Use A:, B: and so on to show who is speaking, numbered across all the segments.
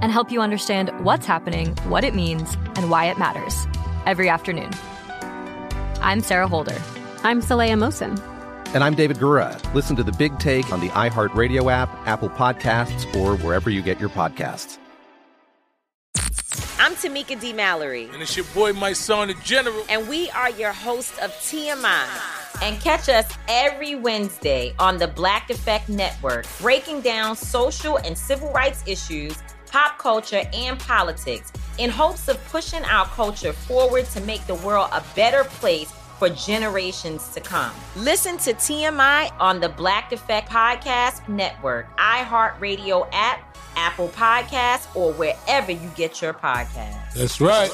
A: and help you understand what's happening, what it means, and why it matters every afternoon. I'm Sarah Holder.
B: I'm Saleya Mosin.
C: And I'm David Gura. Listen to the big take on the iHeartRadio app, Apple Podcasts, or wherever you get your podcasts.
D: I'm Tamika D. Mallory.
E: And it's your boy, my son, the general.
D: And we are your hosts of TMI. And catch us every Wednesday on the Black Effect Network, breaking down social and civil rights issues pop culture, and politics in hopes of pushing our culture forward to make the world a better place for generations to come. Listen to TMI on the Black Effect Podcast Network, iHeartRadio app, Apple Podcasts, or wherever you get your podcasts.
E: That's right.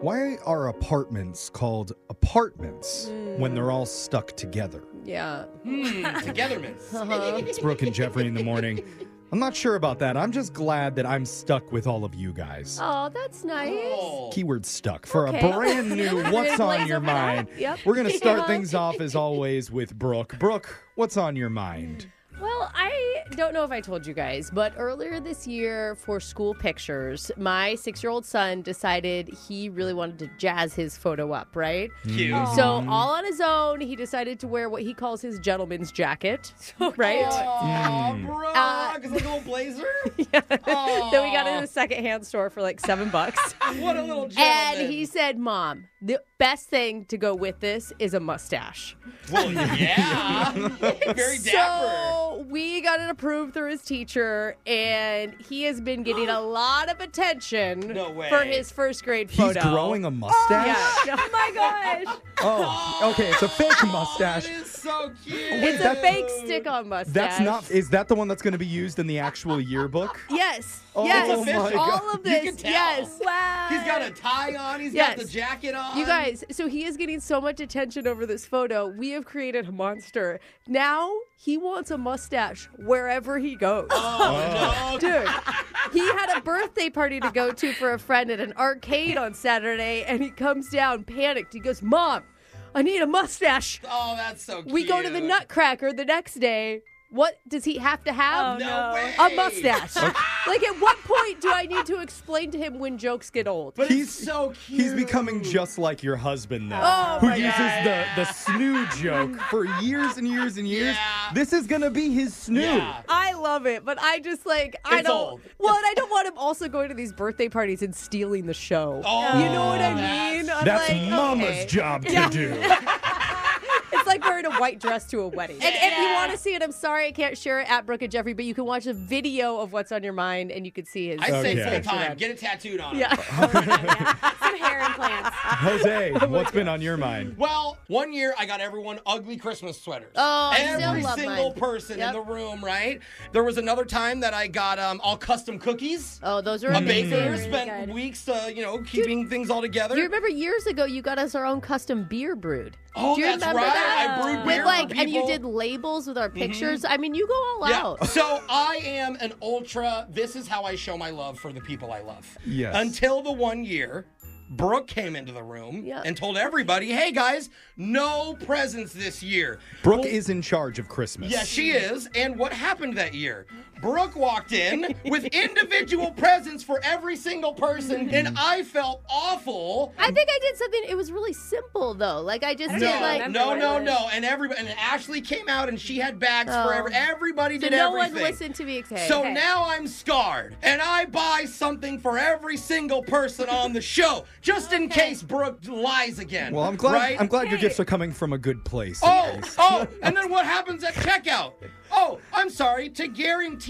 F: Why are apartments called apartments mm. when they're all stuck together?
G: Yeah.
H: Mm, togetherments.
F: uh-huh. It's Brooke and Jeffrey in the morning. I'm not sure about that. I'm just glad that I'm stuck with all of you guys.
G: Oh, that's nice. Oh.
F: Keyword stuck for okay. a brand new What's on Your Mind. Yep. We're going to start yeah. things off as always with Brooke. Brooke, what's on your mind?
G: Well, I don't know if I told you guys, but earlier this year for school pictures, my six year old son decided he really wanted to jazz his photo up, right?
H: Cute.
G: So, all on his own, he decided to wear what he calls his gentleman's jacket, right?
H: Aww, mm. bro. Uh, like a little blazer?
G: yeah. Aww. That we got in a secondhand store for like seven bucks.
H: what a
G: eh.
H: little gentleman.
G: And he said, Mom, the best thing to go with this is a mustache.
H: Well, yeah. Very dapper.
G: So, we got it approved through his teacher, and he has been getting a lot of attention
H: no
G: for his first grade photo.
F: He's growing a mustache.
G: Oh, yeah.
B: oh my gosh!
F: Oh, okay, it's a fake oh, mustache.
H: It is so cute.
G: It's a fake stick-on mustache.
F: That's not. Is that the one that's going to be used in the actual yearbook?
G: Yes. Oh, yes. All of this. Yes.
H: Wow. He's got a tie on. He's yes. got the jacket on.
G: You guys. So he is getting so much attention over this photo. We have created a monster. Now he wants a mustache wherever he goes.
H: Oh, no.
G: Dude, he had a birthday party to go to for a friend at an arcade on Saturday, and he comes down panicked. He goes, Mom, I need a mustache.
H: Oh, that's so cute.
G: We go to the Nutcracker the next day. What does he have to have?
H: Oh, no,
G: no. A mustache. like, at what point do I need to explain to him when jokes get old?
H: But he's so cute.
F: He's becoming just like your husband
G: now,
F: oh, who uses God. the the snoo joke for years and years and years. Yeah. This is gonna be his snoo. Yeah.
G: I love it, but I just like I
H: it's
G: don't.
H: Old.
G: Well, I don't want him also going to these birthday parties and stealing the show.
H: Oh,
G: you know what I mean?
F: That's, that's like, Mama's okay. job to yeah. do.
G: it's like wearing a white dress to a wedding. And if you want to see it, I'm sorry I can't share it at Brooke and Jeffrey, but you can watch a video of what's on your mind and you can see his.
H: I say full okay. time, get it tattooed on.
G: Yeah.
B: Some hair implants.
F: Jose, what's been on your mind?
H: Well, one year I got everyone ugly Christmas sweaters.
G: Oh,
H: every single
G: mine.
H: person yep. in the room, right? There was another time that I got um, all custom cookies.
G: Oh, those are
H: a
G: amazing.
H: baker
G: really
H: spent good. weeks, uh, you know, keeping Dude, things all together.
G: You remember years ago you got us our own custom beer brewed.
H: Oh,
G: Do you
H: that's
G: remember
H: right.
G: That?
H: I brewed
G: with
H: beer
G: like,
H: for
G: and you
H: people.
G: did labels with our pictures. I mean, you go all
H: Mm-hmm. Yeah.
G: out.
H: So I am an ultra. This is how I show my love for the people I love.
F: Yes.
H: Until the one year Brooke came into the room and told everybody, hey guys, no presents this year.
F: Brooke is in charge of Christmas.
H: Yes, she is. And what happened that year? Brooke walked in with individual presents for every single person, and I felt awful.
G: I think I did something. It was really simple though. Like I just did
H: No,
G: like
H: no, no, no. And everybody, and Ashley came out and she had bags for
G: Oh.
H: every, everybody
G: So
H: did
G: no
H: everything.
G: one listened to me. Okay.
H: So
G: Okay.
H: now I'm scarred, and I buy something for every single person on the show, just in case Brooke lies again.
F: Well, I'm glad.
H: Right?
F: I'm glad your gifts are coming from a good place.
H: Oh, oh, and then what happens at checkout? Oh, I'm sorry. To guarantee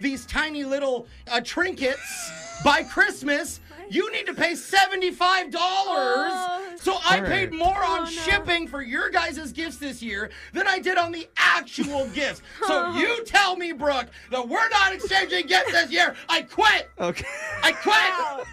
H: these tiny little uh, trinkets by Christmas, you need to pay seventy-five dollars.
G: Oh.
H: So I
F: All
H: paid
F: right.
H: more on shipping for your guys' gifts this year than I did on the actual gifts. So
G: Oh.
H: you tell me, Brooke, that we're not exchanging gifts this year. I quit.
F: Okay.
H: I quit.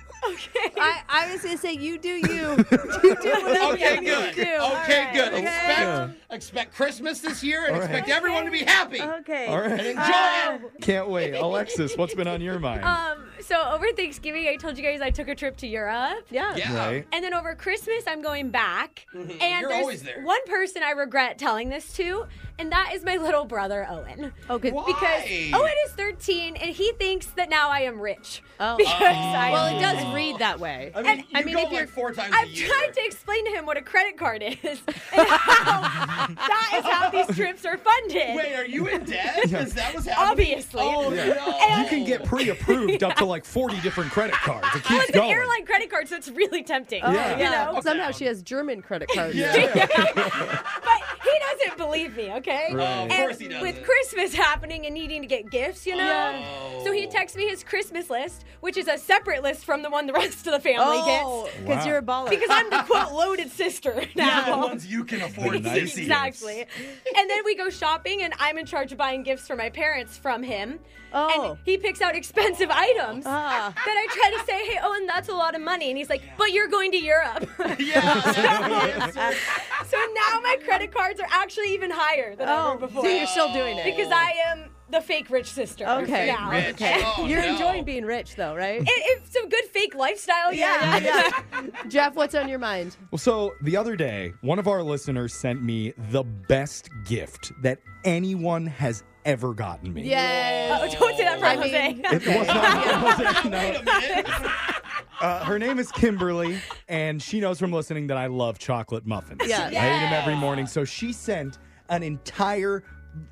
G: I, I was gonna say you do you. you do whatever
H: Okay,
G: you
H: good.
G: do.
H: Okay,
G: All right.
H: good.
G: Okay.
H: Expect expect Christmas this year and
F: All right.
H: expect everyone to be happy.
I: Okay.
F: All right.
H: And enjoy it.
F: Can't wait, Alexis. What's been on your mind?
I: Um, so over Thanksgiving, I told you guys I took a trip to Europe. Yeah.
F: Right.
I: And then over Christmas, I'm going back.
H: Mhm.
I: And
H: You're
I: there's
H: always there.
I: one person I regret telling this to, and that is my little brother Owen. Oh, good. Because
H: Why?
I: Owen is 13, and he thinks that now I am rich.
G: Oh.
I: Because I
G: Well, it does read that way.
H: I mean,
I: And-
H: you
I: I mean,
H: go
I: if you're-
H: like four times a
I: I've
H: year.
I: tried to explain to him what a credit card is, and how that is how these trips are funded.
H: Wait, are you in debt? Is that what's happening?
I: Obviously.
H: Oh,
F: Yeah.
H: no.
F: You can get pre-approved up to like 40 different credit cards. It keeps
I: It's an
F: going.
I: airline credit card, so it's really tempting.
G: Oh,
F: Yeah.
G: yeah.
I: You know?
G: Somehow she has German credit cards.
H: Yeah.
I: But he doesn't believe me, okay?
F: Right. Oh,
I: and
F: of
H: course he doesn't.
I: With Christmas happening and needing to get gifts, you know?
H: Yeah.
I: So he texts me his Christmas list, which is a separate list from the one the rest of the family
G: Oh,
I: gets.
G: because
F: Wow.
G: you're a baller.
I: Because I'm the quote loaded sister
H: Yeah,
I: now.
H: the ones you can afford to
F: nice
H: see.
I: exactly. and then we go shopping, and I'm in charge of buying gifts for my parents from him.
G: Oh.
I: And he picks out expensive items
G: Ah.
I: that I try to say, hey, Owen, that's a lot of money. And he's like, but you're going to Europe.
H: Yeah, that's the answer.
I: so now my credit cards are actually even higher than I
G: oh,
I: were before.
G: so you're still doing it.
I: because I am the fake rich sister.
G: Okay.
I: Now.
H: Rich.
G: Okay.
H: Oh,
G: you're
H: no.
G: enjoying being rich though, right?
I: It- it's some good fake lifestyle, yeah.
G: yeah. Jeff, what's on your mind?
F: Well, so the other day, one of our listeners sent me the best gift that anyone has ever gotten me.
G: Yes.
I: Oh, don't say that for
G: I
I: Jose.
G: mean-
F: It was not. it wasn't, no.
H: Wait a minute.
F: Uh, her name is Kimberly, and she knows from listening that I love chocolate muffins.
G: Yes.
F: I eat them every morning. So she sent an entire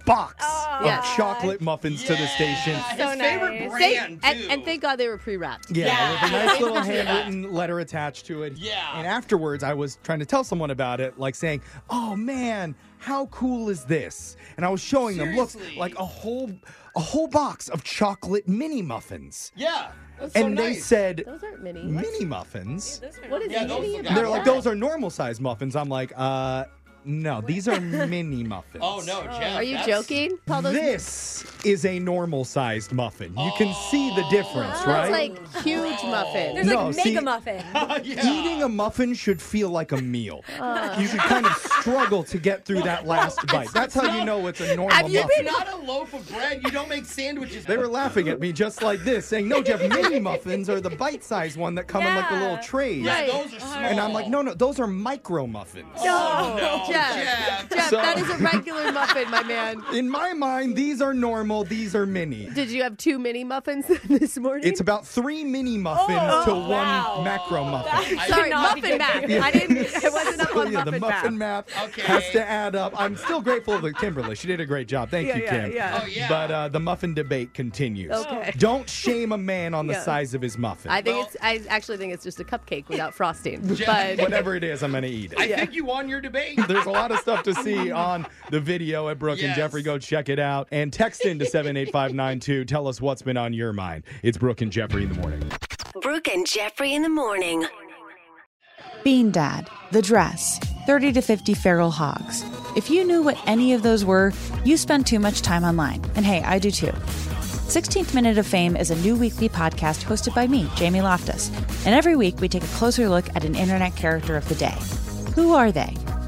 F: box of
G: Oh. Yes.
F: chocolate muffins to the station.
H: Yeah, His
I: So
H: favorite
I: nice.
G: Thank-
H: brand,
G: and,
H: too.
G: and thank God they were pre-wrapped.
F: Yeah, with a
H: Yeah.
F: nice little handwritten letter attached to it.
H: Yeah.
F: And afterwards, I was trying to tell someone about it, like saying, "Oh man, how cool is this?" And I was showing them,
H: Seriously.
F: "Look, like a whole, a whole box of chocolate mini muffins."
H: Yeah, that's so
F: and they
H: nice.
F: said,
G: Those aren't mini.
F: "Mini muffins."
G: What is
H: Yeah,
G: yeah,
H: those
G: mini
H: look
G: about
F: And they're
H: Yeah.
F: like, "Those are normal size muffins." I'm like, "Uh, no, these are mini muffins."
H: "Oh no, Jeff,
G: Are you
H: that's-
G: joking? Call those
F: This is a normal sized muffin. You can see the difference,
G: those
F: right?
G: like huge muffins.
I: There's
F: No,
I: like
F: see-
I: mega muffin.
H: yeah.
F: Eating a muffin should feel like a meal.
I: Uh.
F: you should kind of struggle to get through that last bite. That's how you know it's a normal
G: Have you
F: muffin.
H: It's not a loaf of bread. You don't make sandwiches.
F: They were laughing at me just like this, saying, "No, Jeff, mini muffins are the bite-sized one that come in like the little
I: Yeah.
F: trays."
H: Yeah,
G: Right.
H: those are small.
F: And I'm like, "No, no, those are micro muffins."
H: Oh, no,
G: Jeff.
H: Jeff.
G: Jeff,
F: So-
G: that is a regular muffin, my man.
F: In my mind, these are normal. These are mini.
G: Did you have two mini muffins this morning?
F: It's about three mini muffins
H: Oh,
F: to one macro muffin.
G: Sorry,
I: Cannot be
G: muffin
I: good.
G: math. I didn't. I wasn't up
F: So,
G: on
F: yeah,
G: muffin,
F: the muffin
G: math.
F: math,
H: Okay.
F: has to add up. I'm still grateful to Kimberly. She did a great job. Thank
G: Yeah,
F: you,
G: yeah,
F: Kim.
G: yeah.
H: Oh, yeah.
F: But uh, the muffin debate continues.
G: Okay.
F: Don't shame a man on the
G: Yeah.
F: size of his muffin.
G: I think
H: Well-
G: it's. I actually think it's just a cupcake without frosting.
H: Jeff,
G: But
F: Whatever it is, I'm going to eat it.
H: I think you won your debate.
F: There's a lot of stuff to see on the video at Brooke and
H: Yes.
F: Jeffrey. Go check it out. And text into 78592. Tell us what's been on your mind. It's Brooke and Jeffrey in the morning.
J: Brooke and Jeffrey in the morning.
K: Bean Dad, The Dress, 30 to 50 Feral Hogs. If you knew what any of those were, you spend too much time online. And hey, I do too. 16th Minute of Fame is a new weekly podcast hosted by me, Jamie Loftus. And every week we take a closer look at an internet character of the day. Who are they?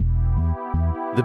C: The